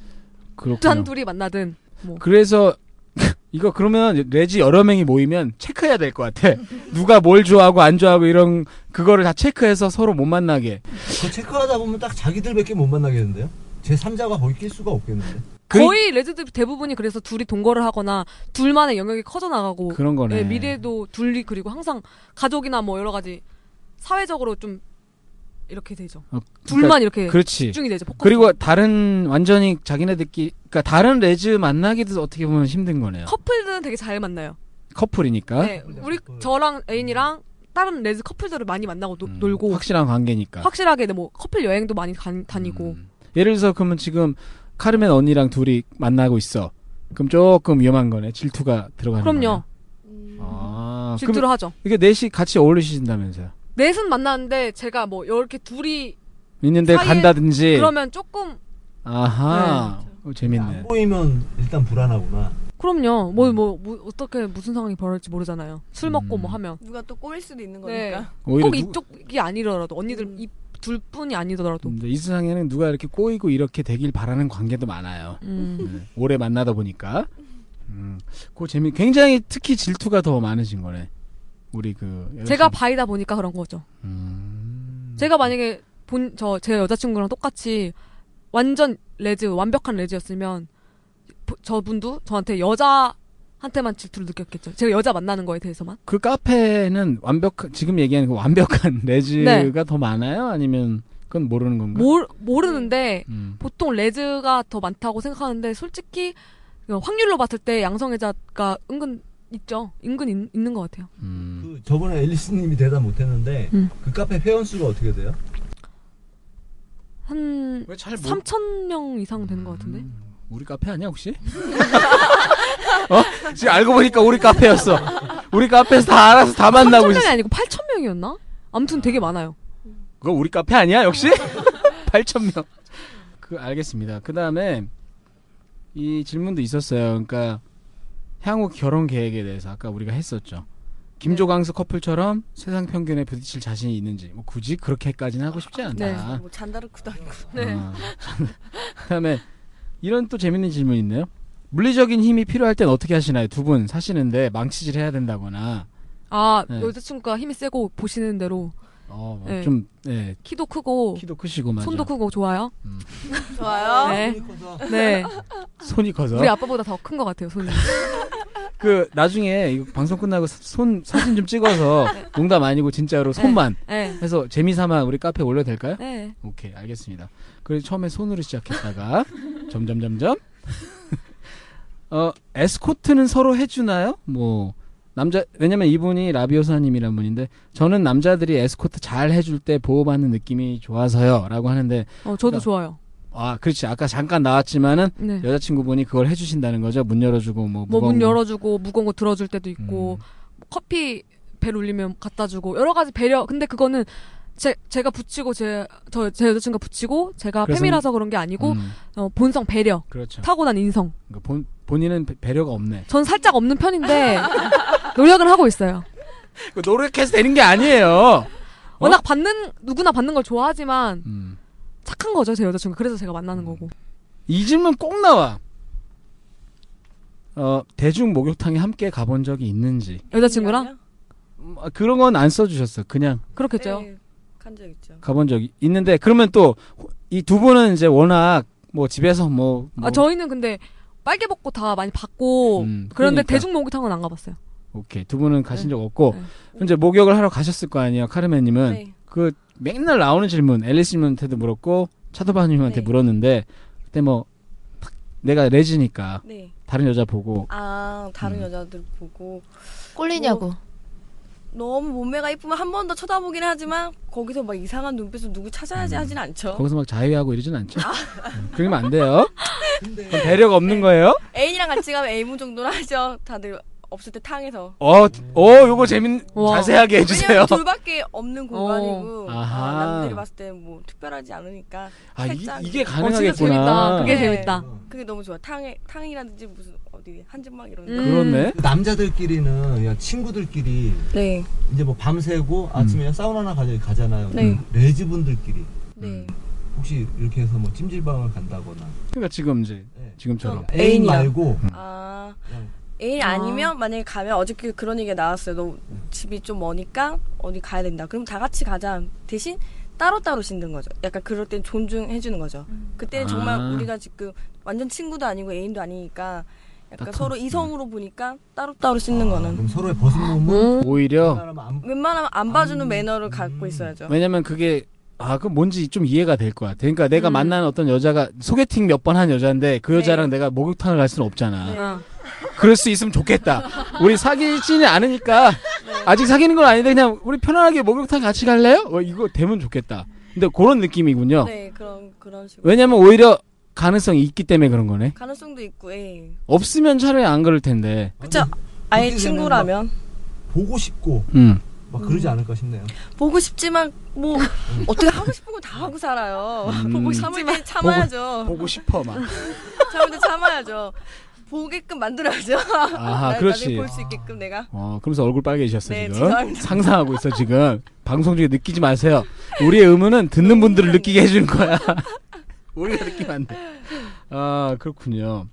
Speaker 3: 그렇구나.
Speaker 4: 둘이 만나든
Speaker 3: 그래서 이거 그러면 레지 여러 명이 모이면 체크해야 될 것 같아. 누가 뭘 좋아하고 안 좋아하고 이런 그거를 다 체크해서 서로 못 만나게.
Speaker 7: 그 체크하다 보면 딱 자기들밖에 못 만나겠는데요? 제 3자가 거기 낄 수가 없겠는데.
Speaker 3: 그-
Speaker 4: 거의 레즈들 대부분이 그래서 둘이 동거를 하거나 둘만의 영역이 커져 나가고
Speaker 3: 그런 거네.
Speaker 4: 예, 미래도 둘이 그리고 항상 가족이나 뭐 여러 가지 사회적으로 좀 이렇게 되죠.
Speaker 3: 어,
Speaker 4: 둘만
Speaker 3: 그러니까
Speaker 4: 이렇게
Speaker 3: 그렇지.
Speaker 4: 집중이 되죠. 포커스.
Speaker 3: 그리고 다른 완전히 자기네들끼리 그러니까 다른 레즈 만나기도 어떻게 보면 힘든 거네요.
Speaker 4: 커플들은 되게 잘 만나요.
Speaker 3: 커플이니까.
Speaker 4: 네, 우리 저랑 애인이랑 다른 레즈 커플들을 많이 만나고 노-
Speaker 3: 음,
Speaker 4: 놀고
Speaker 3: 확실한 관계니까.
Speaker 4: 확실하게 뭐 커플 여행도 많이 간- 다니고
Speaker 3: 음. 예를 들어서 그러면 지금 카르멘 언니랑 둘이 만나고 있어. 그럼 조금 위험한 거네. 질투가 들어가는 거네.
Speaker 4: 그럼요. 음.
Speaker 5: 음,
Speaker 3: 아,
Speaker 4: 질투를
Speaker 3: 그럼
Speaker 4: 하죠.
Speaker 3: 이게 넷이 같이 어울리신다면서요.
Speaker 4: 넷은 만났는데 제가 뭐 이렇게 둘이
Speaker 3: 있는데
Speaker 4: 사이에-
Speaker 3: 간다든지.
Speaker 4: 그러면 조금
Speaker 3: 아하. 어,
Speaker 7: 안
Speaker 3: 재밌네.
Speaker 4: 뭐
Speaker 7: 보이면 일단 불안하구나.
Speaker 4: 그럼요. 뭐 뭐 어떻게 무슨 상황이 벌어질지 모르잖아요. 술 먹고
Speaker 3: 음.
Speaker 4: 뭐 하면
Speaker 5: 누가 또 꼬일 수도 있는
Speaker 4: 네.
Speaker 5: 거니까.
Speaker 3: 오히려
Speaker 4: 꼭
Speaker 3: 누-
Speaker 4: 이쪽이 아니더라도 언니들
Speaker 5: 음.
Speaker 4: 이 둘뿐이 아니더라도.
Speaker 3: 근데 이 세상에는 누가 이렇게 꼬이고 이렇게 되길 바라는 관계도 많아요.
Speaker 4: 음.
Speaker 3: 네, 오래 만나다 보니까. 음. 그 재미 굉장히 특히 질투가 더 많으신 거네. 우리 그 여자친구.
Speaker 4: 제가 바이다 보니까 그런 거죠.
Speaker 3: 음.
Speaker 4: 제가 만약에 본 저 제 여자친구랑 똑같이 완전 레즈 완벽한 레즈였으면 보- 저분도 저한테 여자한테만 질투를 느꼈겠죠. 제가 여자 만나는 거에 대해서만.
Speaker 3: 그 카페는 완벽한 지금 얘기하는 그 완벽한 레즈가 더 많아요? 아니면 그건 모르는 건가요?
Speaker 4: 네. 모르, 모르는데
Speaker 3: 음.
Speaker 4: 보통 레즈가 더 많다고 생각하는데 솔직히 확률로 봤을 때 양성애자가 은근 있죠. 은근 있, 있는 것 같아요.
Speaker 3: 음.
Speaker 7: 그 저번에 앨리스님이 대답 못했는데
Speaker 4: 음.
Speaker 7: 그 카페 회원 수가 어떻게 돼요?
Speaker 4: 한
Speaker 3: 그 왜잘 뭐- 음.
Speaker 4: 3천 명 이상 되는 것 같은데.
Speaker 3: 우리 카페 아니야 혹시? 어? 지금 알고 보니까 우리 카페였어. 우리 카페에서 다 알아서 다 만나고
Speaker 4: 3천
Speaker 3: 있어.
Speaker 4: 명이 아니고 8천 명이었나? 아무튼 되게 많아요.
Speaker 3: 그거 우리 카페 아니야 역시? 8천 명. 그 알겠습니다. 그 다음에 이 질문도 있었어요. 그러니까 향후 결혼 계획에 대해서 아까 우리가 했었죠.
Speaker 4: 네.
Speaker 3: 김조광수 커플처럼 세상 평균에 부딪힐 자신이 있는지 뭐 굳이 그렇게까지는 하고 싶지 않다.
Speaker 4: 네.
Speaker 5: 뭐 잔다르크도 아니고.
Speaker 3: 아, 참. 그다음에 이런 또 재밌는 질문 있네요. 물리적인 힘이 필요할 땐 어떻게 하시나요? 두 분 사시는데 망치질 해야 된다거나
Speaker 4: 아
Speaker 3: 네.
Speaker 4: 여자친구가 힘이 세고 보시는 대로
Speaker 3: 어,
Speaker 4: 네.
Speaker 3: 좀 예,
Speaker 4: 키도 크고
Speaker 3: 키도 크시고 맞아.
Speaker 4: 손도 크고 좋아요.
Speaker 5: 좋아요.
Speaker 4: 네.
Speaker 7: 커서
Speaker 4: 네.
Speaker 3: 손이 커서
Speaker 4: 우리 아빠보다 더 큰 것 같아요 손이.
Speaker 3: 그 나중에 이거 방송 끝나고 사- 손 사진 좀 찍어서 농담 아니고 진짜로 손만
Speaker 4: 예.
Speaker 3: 해서 재미삼아 우리 카페 올려도 될까요?
Speaker 4: 예.
Speaker 3: 오케이 알겠습니다. 그래서 처음에 손으로 시작했다가 점점 점점 어 에스코트는 서로 해주나요? 뭐 남자 왜냐면 이분이 라비오사님이란 분인데 저는 남자들이 에스코트 잘 해줄 때 보호받는 느낌이 좋아서요라고 하는데
Speaker 4: 어, 저도
Speaker 3: 그러니까-
Speaker 4: 좋아요.
Speaker 3: 아 그렇지 아까 잠깐 나왔지만은
Speaker 4: 네.
Speaker 3: 여자친구분이 그걸 해주신다는 거죠 문 열어주고 뭐
Speaker 4: 뭐
Speaker 3: 무거운 음.
Speaker 4: 문
Speaker 3: 거.
Speaker 4: 열어주고 무거운 거 들어줄 때도 있고 뭐 커피 벨 울리면 갖다 주고 여러 가지 배려. 근데 그거는 제 제가 붙이고 제저제 여자친구가 붙이고 제가
Speaker 3: 그래서-
Speaker 4: 팸이라서 그런 게 아니고
Speaker 3: 음,
Speaker 4: 어, 본성 배려
Speaker 3: 그렇죠
Speaker 4: 타고난 인성.
Speaker 3: 그러니까 본 본인은 배- 배려가 없네
Speaker 4: 전 살짝 없는 편인데 노력을 하고 있어요.
Speaker 3: 그거 노력해서 되는 게 아니에요
Speaker 4: 워낙 받는 누구나 받는 걸 좋아하지만
Speaker 3: 어? 음.
Speaker 4: 착한 거죠 제 여자친구. 그래서 제가 만나는 거고.
Speaker 3: 이 질문 꼭 나와 어 대중 목욕탕에 함께 가본 적이 있는지
Speaker 4: 여자친구랑
Speaker 3: 음, 아, 그런 건 안 써주셨어 그냥
Speaker 4: 그렇겠죠.
Speaker 5: 네. 간적 있죠.
Speaker 3: 가본 적이 있는데 그러면 또 이 두 분은 이제 워낙 뭐 집에서 뭐, 뭐
Speaker 4: 아 저희는 근데 빨개 벗고 다 많이 받고
Speaker 3: 음, 그러니까.
Speaker 4: 그런데 대중 목욕탕은 안 가봤어요.
Speaker 3: 오케이 두 분은 가신 적 없고
Speaker 4: 네.
Speaker 3: 그럼 이제 목욕을 하러 가셨을 거 아니에요 카르멘님은
Speaker 5: 네.
Speaker 3: 그 맨날 나오는 질문 앨리스님한테도 물었고 차도바님한테
Speaker 5: 네.
Speaker 3: 물었는데 그때 뭐 탁 내가 레지니까
Speaker 5: 네.
Speaker 3: 다른 여자 보고
Speaker 5: 아 다른
Speaker 3: 음.
Speaker 5: 여자들 보고
Speaker 6: 꼴리냐고.
Speaker 5: 너무 몸매가 이쁘면 한 번 더 쳐다보긴 하지만 거기서 막 이상한 눈빛으로 누구 찾아야지
Speaker 3: 음.
Speaker 5: 하진
Speaker 4: 어?
Speaker 5: 않죠.
Speaker 3: 거기서 막 자유하고 이러진 않죠
Speaker 4: 아.
Speaker 3: 음, 그러면 안 돼요 그럼 배려가 없는
Speaker 4: 네.
Speaker 3: 거예요
Speaker 5: 애인이랑 같이 가면 애무 정도는 하죠. 다들 없을 때 탕에서.
Speaker 3: 어, 어 요거 재밌
Speaker 4: 와.
Speaker 3: 자세하게 해주세요
Speaker 5: 왜냐면 둘밖에 없는 공간이고
Speaker 3: 어.
Speaker 5: 아,
Speaker 3: 아하.
Speaker 5: 남들이 봤을 때는 뭐 특별하지 않으니까
Speaker 3: 아 이,
Speaker 5: 살짝.
Speaker 3: 게
Speaker 4: 어, 진짜
Speaker 3: 가능하겠구나
Speaker 4: 재밌다. 그게
Speaker 5: 네.
Speaker 4: 재밌다.
Speaker 5: 그게 너무 좋아. 탕에 탕이라든지 무슨 어디 한증막 이런.
Speaker 4: 음.
Speaker 3: 그렇네
Speaker 7: 남자들끼리는 그냥 친구들끼리
Speaker 5: 네.
Speaker 7: 이제 뭐 밤새고
Speaker 3: 음.
Speaker 7: 아침에 사우나나 가자, 가잖아요.
Speaker 5: 네.
Speaker 7: 레즈분들끼리
Speaker 3: 음.
Speaker 5: 네.
Speaker 7: 혹시 이렇게 해서 뭐 찜질방을 간다거나
Speaker 3: 그러니까 지금 이제
Speaker 7: 네.
Speaker 3: 지금처럼
Speaker 7: 애인
Speaker 5: 애인이랑.
Speaker 7: 말고
Speaker 5: 아
Speaker 7: 그냥
Speaker 5: 애인
Speaker 4: 아.
Speaker 5: 아니면 만약에 가면 어저께 그런 얘기 가 나왔어요. 너 집이 좀 머니까 어디 가야 된다. 그럼 다 같이 가자. 대신 따로따로 씻는 거죠. 약간 그럴 땐 존중해 주는 거죠. 그때는
Speaker 3: 아.
Speaker 5: 정말 우리가 지금 완전 친구도 아니고 애인도 아니니까 약간
Speaker 3: 따뜻한-
Speaker 5: 서로 이성으로 보니까 따로따로 씻는
Speaker 7: 아,
Speaker 5: 거는
Speaker 7: 그럼 서로의 벗은
Speaker 3: 음.
Speaker 7: 몸은
Speaker 4: 음.
Speaker 3: 오히려
Speaker 7: 웬만하면 안
Speaker 5: 웬만하면 안 봐주는
Speaker 7: 음.
Speaker 5: 매너를 갖고
Speaker 7: 음.
Speaker 5: 있어야죠.
Speaker 3: 왜냐면 그게 아, 그 뭔지 좀 이해가 될 것 같아. 그러니까 내가
Speaker 4: 음.
Speaker 3: 만난 어떤 여자가 소개팅 몇 번 한 여자인데 그
Speaker 5: 네.
Speaker 3: 여자랑 내가 목욕탕을 갈 수는 없잖아.
Speaker 4: 아.
Speaker 3: 그럴 수 있으면 좋겠다. 우리 사귀지는 않으니까 아직 사귀는 건 아닌데 그냥 우리 편안하게 목욕탕 같이 갈래요? 어, 이거 되면 좋겠다. 근데 그런 느낌이군요.
Speaker 5: 네, 그런 그런 식으로
Speaker 3: 왜냐면 오히려 가능성이 있기 때문에 그런 거네.
Speaker 5: 가능성도 있고, 예.
Speaker 3: 없으면 차라리 안 그럴 텐데.
Speaker 5: 그쵸? 아예
Speaker 7: 되면
Speaker 5: 친구라면
Speaker 7: 보고 싶고
Speaker 3: 음.
Speaker 7: 막 그러지 않을까 싶네요.
Speaker 5: 보고 싶지만 뭐 어떻게 하고 싶은 건 다 하고 살아요.
Speaker 3: 음.
Speaker 5: 보고 참을 때 참아야죠.
Speaker 3: 보고 싶어 막.
Speaker 5: 참을 때 참아야죠. 보게끔 만들어야죠.
Speaker 3: 아하, 그렇지.
Speaker 5: 나중에 볼 수 있게끔 내가.
Speaker 3: 어, 그러면서 얼굴 빨개지셨어
Speaker 5: 네,
Speaker 3: 지금.
Speaker 5: 죄송합니다.
Speaker 3: 상상하고 있어 지금. 방송 중에 느끼지 마세요. 우리의 의무는 듣는 분들을 느끼게 해주는 거야. 우리가 느끼면 안 돼. 아 그렇군요.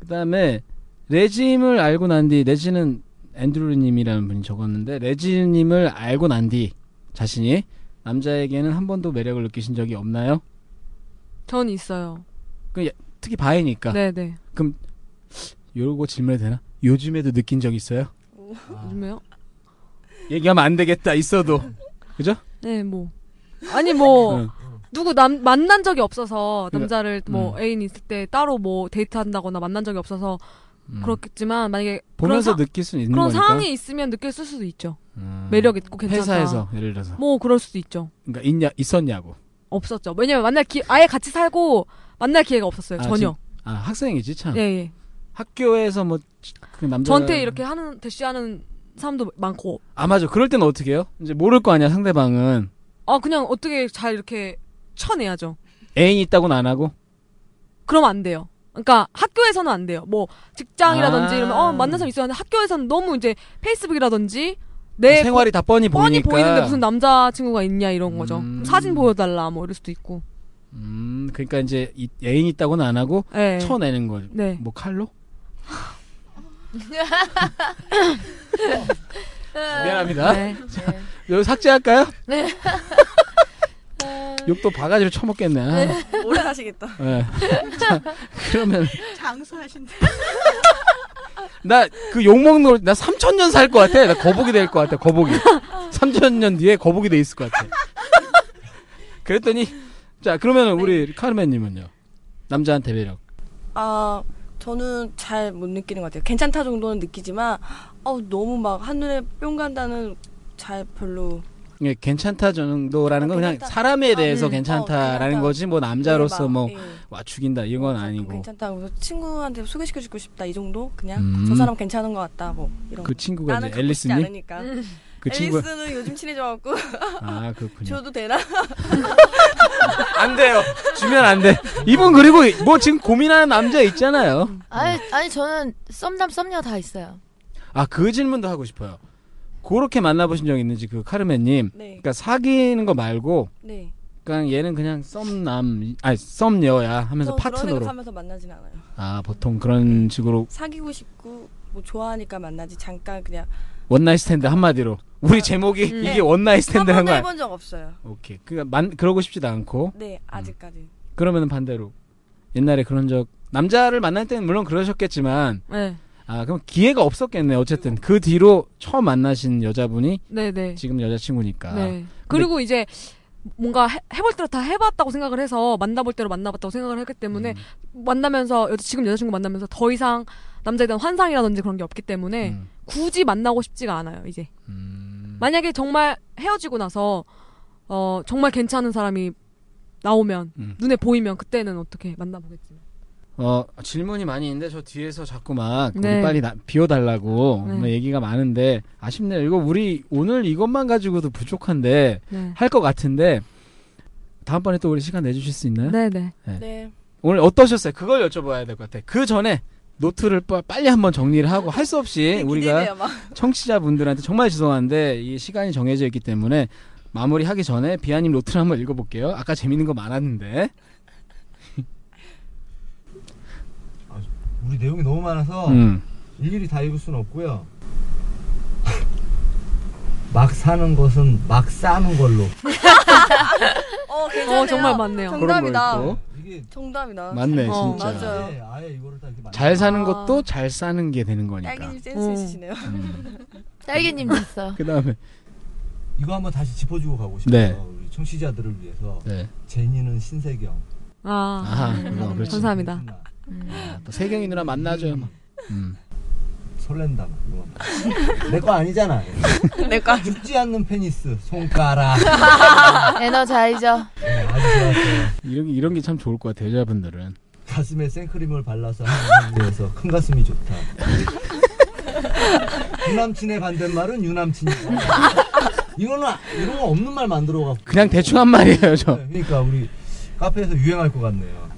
Speaker 3: 그다음에 레짐을 알고 난 뒤 레지는 앤드루님이라는 분이 적었는데 레지님을 알고 난 뒤 자신이 남자에게는 한 번도 매력을 느끼신 적이 없나요? 그, 예,
Speaker 4: 전 있어요.
Speaker 3: 특히 바이니까.
Speaker 4: 네네.
Speaker 3: 요거 질문해도 되나? 요즘에도 느낀 적 있어요?
Speaker 4: 요즘에요?
Speaker 3: 얘기하면 안 되겠다 있어도.
Speaker 4: 네, 뭐. 아니, 뭐,
Speaker 3: 응.
Speaker 4: 누구 남, 만난 적이 없어서,
Speaker 3: 그러니까-
Speaker 4: 남자를 뭐,
Speaker 3: 음.
Speaker 4: 애인 있을 때 따로 뭐, 데이트한다거나 만난 적이 없어서,
Speaker 3: 음.
Speaker 4: 그렇겠지만, 만약에.
Speaker 3: 보면서
Speaker 4: 그런, 사-
Speaker 3: 느낄 수는 있는
Speaker 4: 그런
Speaker 3: 거니까.
Speaker 4: 상황이 있으면 느낄 수도 있죠.
Speaker 3: 음.
Speaker 4: 매력 있고 괜찮다.
Speaker 3: 회사에서 예를 들어서
Speaker 4: 뭐, 그럴 수도 있죠.
Speaker 3: 그러니까 있냐 있었냐고
Speaker 4: 없었죠. 왜냐면 만날 기, 아예 같이 살고, 만날 기회가 없었어요.
Speaker 3: 아,
Speaker 4: 네, 전혀.
Speaker 3: 아 학생이지 참
Speaker 4: 예, 예.
Speaker 3: 학교에서 뭐 그 남자
Speaker 4: 저한테 이렇게 하는, 대시하는 사람도 많고,
Speaker 3: 아 맞아 그럴 땐 어떻게 해요 이제 모를 거 아니야 상대방은
Speaker 4: 아, 그냥 어떻게 잘 이렇게 쳐내야죠.
Speaker 3: 애인이 있다고는 안 하고
Speaker 4: 그러면 안 돼요. 그러니까 학교에서는 안 돼요. 뭐 직장이라든지
Speaker 3: 아.
Speaker 4: 이러면 어 만난 사람 있었는데 학교에서는 너무 이제 페이스북이라든지 내
Speaker 3: 생활이 다 뻔히,
Speaker 4: 네, 보- 뻔히
Speaker 3: 보이니까
Speaker 4: 보이는데 무슨 남자 친구가 있냐 이런 거죠.
Speaker 3: 음.
Speaker 4: 그럼 사진 보여달라 뭐 이럴 수도 있고.
Speaker 3: 음 그러니까 이제 이- 애인이 있다고는 안 하고
Speaker 4: 예.
Speaker 3: 쳐내는 거죠
Speaker 4: 네.
Speaker 3: 뭐 칼로 미안합니다
Speaker 4: 네.
Speaker 3: 여기 삭제할까요
Speaker 6: 네.
Speaker 3: 욕도 바가지로 쳐먹겠네 아,
Speaker 5: 오래 사시겠다.
Speaker 3: 예. 자, 그러면
Speaker 8: 장수하신다.
Speaker 3: 나 그 욕먹는 걸, 나 3천년 살 것 같아. 나 거북이 될 것 같아, 거북이. 3천년 뒤에 거북이 돼 있을 것 같아. 그랬더니, 자, 그러면
Speaker 5: 네.
Speaker 3: 우리 카르멘님은요? 남자한테 매력.
Speaker 5: 아 저는 잘 못 느끼는 것 같아요. 괜찮다 정도는 느끼지만 어 너무 막 한눈에 뿅 간다는 잘 별로
Speaker 3: 예, 괜찮다 정도라는 건 그냥
Speaker 5: 괜찮다.
Speaker 3: 사람에
Speaker 5: 아,
Speaker 3: 대해서
Speaker 6: 음.
Speaker 5: 어,
Speaker 3: 괜찮다라는
Speaker 5: 괜찮다.
Speaker 3: 거지, 뭐 남자로서 뭐,
Speaker 5: 막, 예.
Speaker 3: 와, 죽인다, 이건 건
Speaker 5: 어,
Speaker 3: 아니고.
Speaker 5: 괜찮다. 그래서 친구한테 소개시켜 주고 싶다 이 정도 그냥
Speaker 3: 음.
Speaker 5: 저 사람 괜찮은 것 같다 뭐 이런.
Speaker 3: 그
Speaker 5: 거.
Speaker 3: 친구가
Speaker 5: 나는
Speaker 3: 이제
Speaker 5: 갖고 싶지
Speaker 3: 앨리스님?
Speaker 5: 않으니까.
Speaker 3: 그 친구
Speaker 5: 앨리스는 요즘 친해져갖고
Speaker 3: 아, 그렇군요.
Speaker 5: 줘도 되나?
Speaker 3: 안 돼요. 주면 안 돼. 이분 그리고 뭐 지금 고민하는 남자 있잖아요.
Speaker 6: 아니, 아니 저는 썸남 썸녀 다 있어요.
Speaker 3: 아, 그 질문도 하고 싶어요. 그렇게 만나보신 적 있는지 그 카르멘님.
Speaker 5: 네.
Speaker 3: 그러니까 사귀는 거 말고,
Speaker 5: 네.
Speaker 3: 그냥 얘는 그냥 썸남, 아니 썸녀야 하면서
Speaker 5: 저 어, 그런
Speaker 3: 파트너로.
Speaker 5: 생각하면서 만나진 않아요.
Speaker 3: 아, 보통 그런 식으로
Speaker 5: 사귀고 싶고 뭐 좋아하니까 만나지 잠깐 그냥
Speaker 3: 원나잇 스탠드 한마디로. 우리 제목이
Speaker 4: 음.
Speaker 3: 이게 원나잇
Speaker 5: 네. 한
Speaker 3: 스탠드란
Speaker 5: 번도
Speaker 3: 거야.
Speaker 5: 해본 적 없어요.
Speaker 3: 오케이. 그러니까 만 그러고 싶지도 않고.
Speaker 5: 네 아직까지.
Speaker 3: 그러면 반대로 옛날에 그런 적 남자를 만날 때는 물론 그러셨겠지만
Speaker 4: 네,
Speaker 3: 아, 그럼 기회가 없었겠네. 어쨌든 그 뒤로 처음 만나신 여자분이
Speaker 4: 네, 네.
Speaker 3: 지금 여자친구니까.
Speaker 4: 네. 그리고 이제 뭔가 해, 해볼 대로 다 해봤다고 생각을 해서 만나볼 대로 만나봤다고 생각을 했기 때문에
Speaker 3: 음.
Speaker 4: 만나면서 여자 지금 여자친구 만나면서 더 이상 남자에 대한 환상이라든지 그런 게 없기 때문에
Speaker 3: 음.
Speaker 4: 굳이 만나고 싶지가 않아요 이제 만약에 정말 헤어지고 나서 어 정말 괜찮은 사람이 나오면
Speaker 3: 음.
Speaker 4: 눈에 보이면 그때는 어떻게 만나보겠지만
Speaker 3: 어, 질문이 많이 있는데 저 뒤에서 자꾸 막
Speaker 4: 네.
Speaker 3: 우리 빨리 나- 비워달라고
Speaker 4: 네.
Speaker 3: 뭐 얘기가 많은데 아쉽네요. 이거 우리 오늘 이것만 가지고도 부족한데
Speaker 4: 네.
Speaker 3: 할 것 같은데 다음번에 또 우리 시간 내주실 수 있나요?
Speaker 4: 네네
Speaker 5: 네.
Speaker 3: 오늘 어떠셨어요? 그걸 여쭤봐야 될 것 같아. 그 전에 노트를 빠- 빨리 한번 정리를 하고 할 수 없이 네, 우리가
Speaker 5: 네, 기대돼요, 막.
Speaker 3: 청취자분들한테 정말 죄송한데 이 시간이 정해져 있기 때문에 마무리하기 전에 비아님 노트를 한번 읽어볼게요. 아까 재밌는 거 많았는데
Speaker 7: 우리 내용이 너무 많아서
Speaker 3: 음.
Speaker 7: 일일이 다 읽을 수는 없고요. 막 사는 것은 막 싸는 걸로.
Speaker 5: 어 괜찮네요.
Speaker 4: 어 정말 많네요
Speaker 5: 정답이다.
Speaker 3: 그런 거 있고.
Speaker 7: 이게
Speaker 5: 정답이다.
Speaker 3: 맞네
Speaker 4: 어,
Speaker 3: 진짜
Speaker 5: 맞아요.
Speaker 7: 네, 아예 이거를 딱 이렇게
Speaker 3: 잘 사는
Speaker 5: 아.
Speaker 3: 것도 잘 싸는 게 되는 거니까
Speaker 5: 딸기님 센스
Speaker 3: 어.
Speaker 4: 음.
Speaker 5: 있으시네요.
Speaker 6: 딸기님도 있어요.
Speaker 3: 그 다음에
Speaker 7: 만든- 이거 한번 다시 짚어주고 가고 싶어요.
Speaker 3: 네.
Speaker 7: 우리 청취자들을 위해서
Speaker 3: 네.
Speaker 7: 제니는 신세경.
Speaker 4: 아
Speaker 3: 아 그거 그렇지
Speaker 4: 감사합니다.
Speaker 3: 아, 또 세경이 누나 만나줘요 막. 음.
Speaker 7: 설렌다. 내거 아니잖아.
Speaker 3: 네,
Speaker 5: 내거
Speaker 7: 죽지 않는 페니스 손가락.
Speaker 6: 에너자이저.
Speaker 7: 네, 아주 좋았어요.
Speaker 3: 이런 게- 이런 게 참 좋을 것 같아요 여자분들은
Speaker 7: 가슴에 생크림을 발라서 하는 데서 큰 가슴이 좋다. 유남친의 반대말은 유남친이다. 이거는 아- 이런 거 없는 말 만들어 갖고
Speaker 3: 그냥 대충 한 말이에요 저
Speaker 7: 네, 그러니까 우리 카페에서 유행할 것 같네요.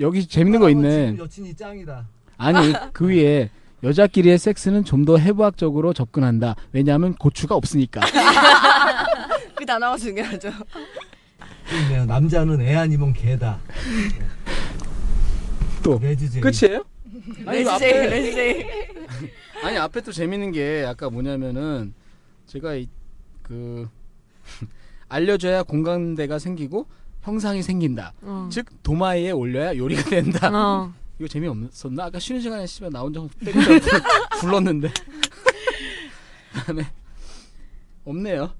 Speaker 3: 여기 재밌는 거
Speaker 7: 어,
Speaker 3: 있네
Speaker 7: 지금 여친이 짱이다.
Speaker 3: 아니 그 위에 여자끼리의 섹스는 좀 더 해부학적으로 접근한다. 왜냐하면 고추가 없으니까.
Speaker 5: 그 단어가 중요하죠.
Speaker 7: 있네요. 남자는 애 아니면 개다.
Speaker 3: 또
Speaker 7: 레즈제.
Speaker 3: 끝이에요?
Speaker 4: 네.
Speaker 3: 아니 이거
Speaker 5: 레지제이
Speaker 3: 앞에
Speaker 5: 레지제이.
Speaker 3: 아니 앞에 또 재밌는 게 아까 뭐냐면은 제가 이, 그 알려줘야 공감대가 생기고 형상이 생긴다.
Speaker 4: 어.
Speaker 3: 즉 도마 위에 올려야 요리가 된다.
Speaker 4: 어.
Speaker 3: 이거 재미없었나? 아까 쉬는 시간에 씨발 나 혼자 때리다 불렀는데. 다음에 없네요.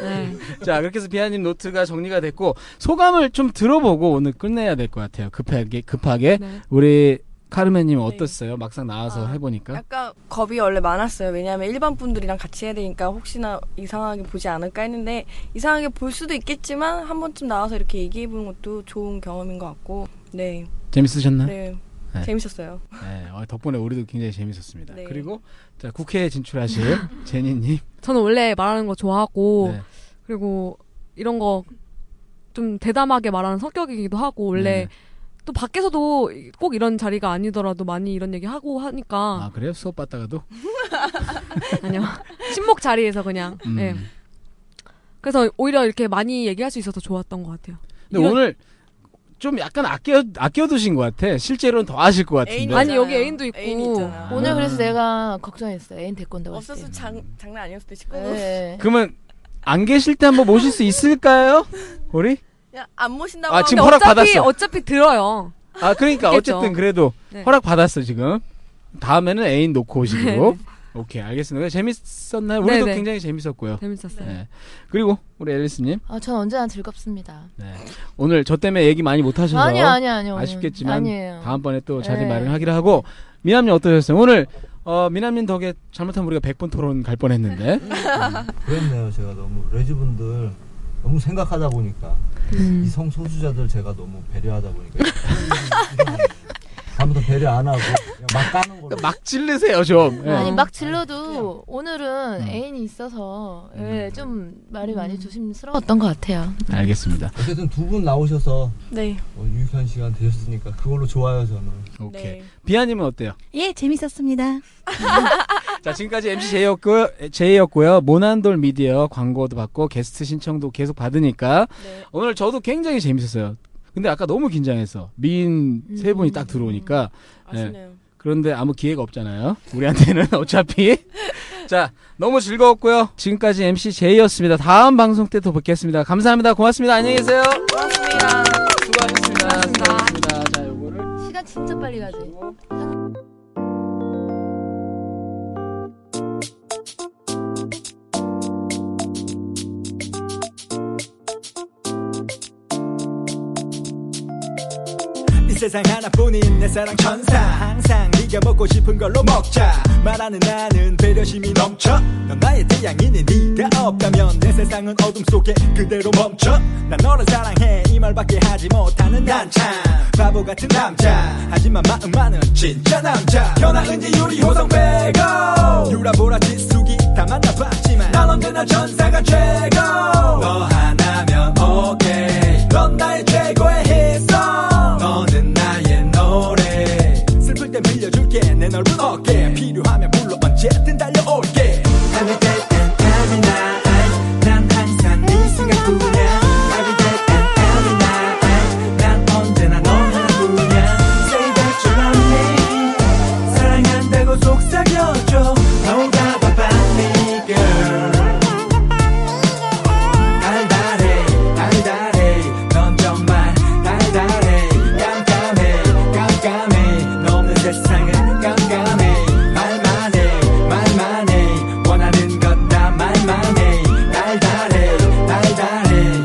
Speaker 4: 네.
Speaker 3: 자 그렇게 해서 비아님 노트가 정리가 됐고 소감을 좀 들어보고 오늘 끝내야 될 것 같아요. 급하게 급하게
Speaker 4: 네.
Speaker 3: 우리 카르멘님 어땠어요? 막상 나와서
Speaker 5: 아,
Speaker 3: 해보니까
Speaker 5: 약간 겁이 원래 많았어요. 왜냐하면 일반 분들이랑 같이 해야 되니까 혹시나 이상하게 보지 않을까 했는데 이상하게 볼 수도 있겠지만 한 번쯤 나와서 이렇게 얘기해 보는 것도 좋은 경험인 것 같고 네,
Speaker 3: 재밌으셨나요? 네.
Speaker 5: 네,
Speaker 3: 네.
Speaker 5: 재밌었어요.
Speaker 3: 어, 덕분에 우리도 굉장히 재밌었습니다.
Speaker 5: 네.
Speaker 3: 그리고 자 국회에 진출하실 제니님.
Speaker 4: 저는 원래 말하는 거 좋아하고
Speaker 3: 네.
Speaker 4: 그리고 이런 거 좀 대담하게 말하는 성격이기도 하고 원래
Speaker 3: 네.
Speaker 4: 또 밖에서도 꼭 이런 자리가 아니더라도 많이 이런 얘기 하고 하니까
Speaker 3: 아 그래요? 수업 받다가도.
Speaker 4: 아. 니요 침묵 자리에서 그냥
Speaker 3: 음.
Speaker 4: 예. 그래서 오히려 이렇게 많이 얘기할 수 있어서 좋았던 것 같아요.
Speaker 3: 근데
Speaker 4: 이런-
Speaker 3: 오늘 좀 약간 아껴 아껴두신 것 같아. 실제로는 더 하실 것 같은데.
Speaker 4: 아니, 여기 애인도 있고. 네.
Speaker 5: 애인 있잖아요.
Speaker 6: 오늘
Speaker 3: 음.
Speaker 6: 그래서 내가 걱정했어요. 애인 데리고 온다고 했을
Speaker 5: 없었어
Speaker 6: 때.
Speaker 5: 장, 장난 아니었을 때 식구도
Speaker 6: 네.
Speaker 3: 그러면 안 계실 때 한번 모실 수 있을까요? 우리?
Speaker 5: 그냥 안 모신다고
Speaker 3: 아,
Speaker 5: 하고
Speaker 3: 지금
Speaker 4: 근데
Speaker 3: 허락
Speaker 4: 어차피
Speaker 3: 받았어.
Speaker 4: 어차피 들어요.
Speaker 3: 아 그러니까
Speaker 4: 있겠죠.
Speaker 3: 어쨌든 그래도
Speaker 4: 네.
Speaker 3: 허락 받았어 지금. 다음에는 애인 놓고 오시고.
Speaker 4: 네네.
Speaker 3: 오케이, 알겠습니다. 재밌었나요? 우리도
Speaker 4: 네네.
Speaker 3: 굉장히 재밌었고요.
Speaker 4: 재밌었어요.
Speaker 3: 네. 그리고 우리 앨리스님 네.
Speaker 6: 아, 전 언제나 즐겁습니다.
Speaker 3: 오늘 저 때문에 얘기 많이 못 하셔서
Speaker 6: 아니요, 아니요, 아니요. 오늘.
Speaker 3: 아쉽겠지만
Speaker 6: 아니에요.
Speaker 3: 다음번에 또 자리
Speaker 6: 네.
Speaker 3: 마련하기로 하고 미남님 어떠셨어요? 오늘 어, 미남님 덕에 잘못하면 우리가 100분 토론 갈 뻔했는데
Speaker 6: 음.
Speaker 7: 그랬네요. 제가 너무 레즈분들 너무 생각하다 보니까
Speaker 4: 음.
Speaker 7: 이성 소수자들 제가 너무 배려하다 보니까 다음부터 배려 안 하고 그냥 막 까는 걸로.
Speaker 3: 막 질르세요 좀. 예.
Speaker 6: 아니
Speaker 4: 어.
Speaker 6: 막 질러도 오늘은
Speaker 3: 음.
Speaker 6: 애인이 있어서 예, 좀 말이 많이 조심스러웠던 것 같아요.
Speaker 3: 알겠습니다.
Speaker 7: 어쨌든 두 분 나오셔서
Speaker 5: 네.
Speaker 7: 어, 유익한 시간 되셨으니까 그걸로 좋아요 저는.
Speaker 3: 오케이.
Speaker 5: 네.
Speaker 3: 비아님은 어때요?
Speaker 8: 예, 재밌었습니다.
Speaker 3: 자 지금까지 MC 제이였고요. 제이였고요. 모난돌 미디어 광고도 받고 게스트 신청도 계속 받으니까
Speaker 5: 네.
Speaker 3: 오늘 저도 굉장히 재밌었어요. 근데 아까 너무 긴장해서 미인 세 분이 딱 들어오니까
Speaker 5: 아시네요.
Speaker 3: 그런데 아무 기회가 없잖아요. 우리한테는 어차피. 자, 너무 즐거웠고요. 지금까지 MC 제이였습니다. 다음 방송 때 또 뵙겠습니다. 감사합니다. 고맙습니다. 안녕히 계세요.
Speaker 5: 고맙습니다.
Speaker 3: 수고하셨습니다.
Speaker 4: 고맙습니다.
Speaker 3: 수고하셨습니다. 자, 요거를
Speaker 6: 시간 진짜 빨리 가지.
Speaker 2: 이 세상 하나뿐인 내 사랑 천사 항상 네가 먹고 싶은 걸로 먹자 말하는 나는 배려심이 넘쳐 넌 나의 태양이니 네가 없다면 내 세상은 어둠 속에 그대로 멈춰 난 너를 사랑해 이 말밖에 하지 못하는 난참 바보 같은 남자 하지만 마음만은 진짜 남자 현아은지 유리 호성 빼고 유라보라 지숙이 다 만나봤지만 난 언제나 천사가 최고 너 하나면 오케이 넌 나의 최고의 히스터 너는 나의 노래 슬플 땐 빌려줄게 내 넓은 어깨 필요하면 불러 언제든 달려올게 Every day and every night 난 항상 네 생각뿐이야 Every day and every night 난 언제나 너 하나뿐이야 Say that you love me 사랑한다고 속삭여줘 너가 바바니 girl 달달해 달달해 넌 정말 달달해 깜깜해 깜깜해 넘는 세상은 깜깜해 말만 해 말만 해 원하는 건 다 말만 해 달달해 달달해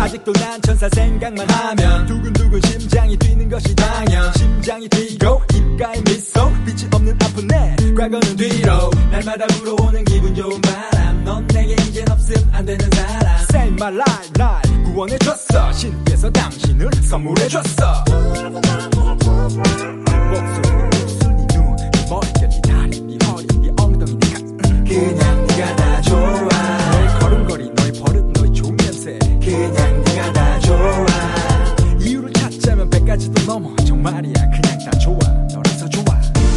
Speaker 2: 아직도 난 천사 생각만 하면 두근두근 심장이 뛰는 것이 당연 심장이 뛰고 입가에 미소 빛이 없는 아픈 내 과거는 뒤로 날마다 불어오는 기분 좋은 바람 넌 내게 이젠 없음 안 되는 사람 Save my life 날 구원해줬어 신께서 당신을 선물해줬어 목소리, 입술이 눈, 네 머릿결, 네 다리, 네 허리, 네 엉덩이, 네 가슴 그냥 네가 나 좋아 너의 걸음걸이, 너의 버릇, 너의 좋은 냄새 그냥 네가 나 좋아 이유를 찾자면 백가지도 넘어 정말이야 그냥 다 좋아 너라서 좋아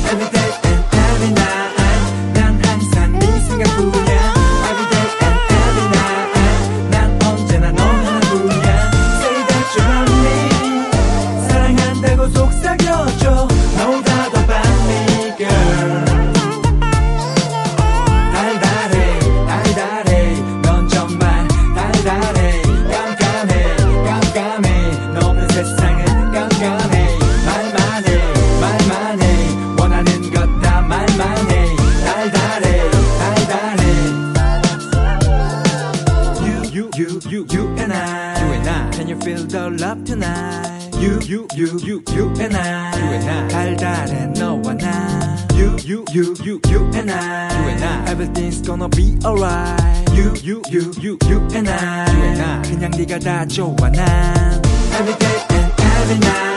Speaker 2: Every day and every night 난 항상 네 생각뿐이야 Every day and every night 난 언제나 너 하나뿐이야 Say that you love me 사랑한다고 속삭여줘 No doubt about me girl 달달해 달달해 넌 정말 달달해 깜깜해 깜깜해 넘는 세상은 깜깜해 말만 해 말만 해 원하는 것 다 말만 해 달달해 달달해 You, you, you, you, you and I. You and I. Can you feel the love tonight? You, you, you, you, you and I. You and I. 달달해 너와 나. You, you, you, you, you and I. You and I. Everything's gonna be alright. You, you, you, you, you and I. You and I. 그냥 네가 다 좋아 난. Every day and every night.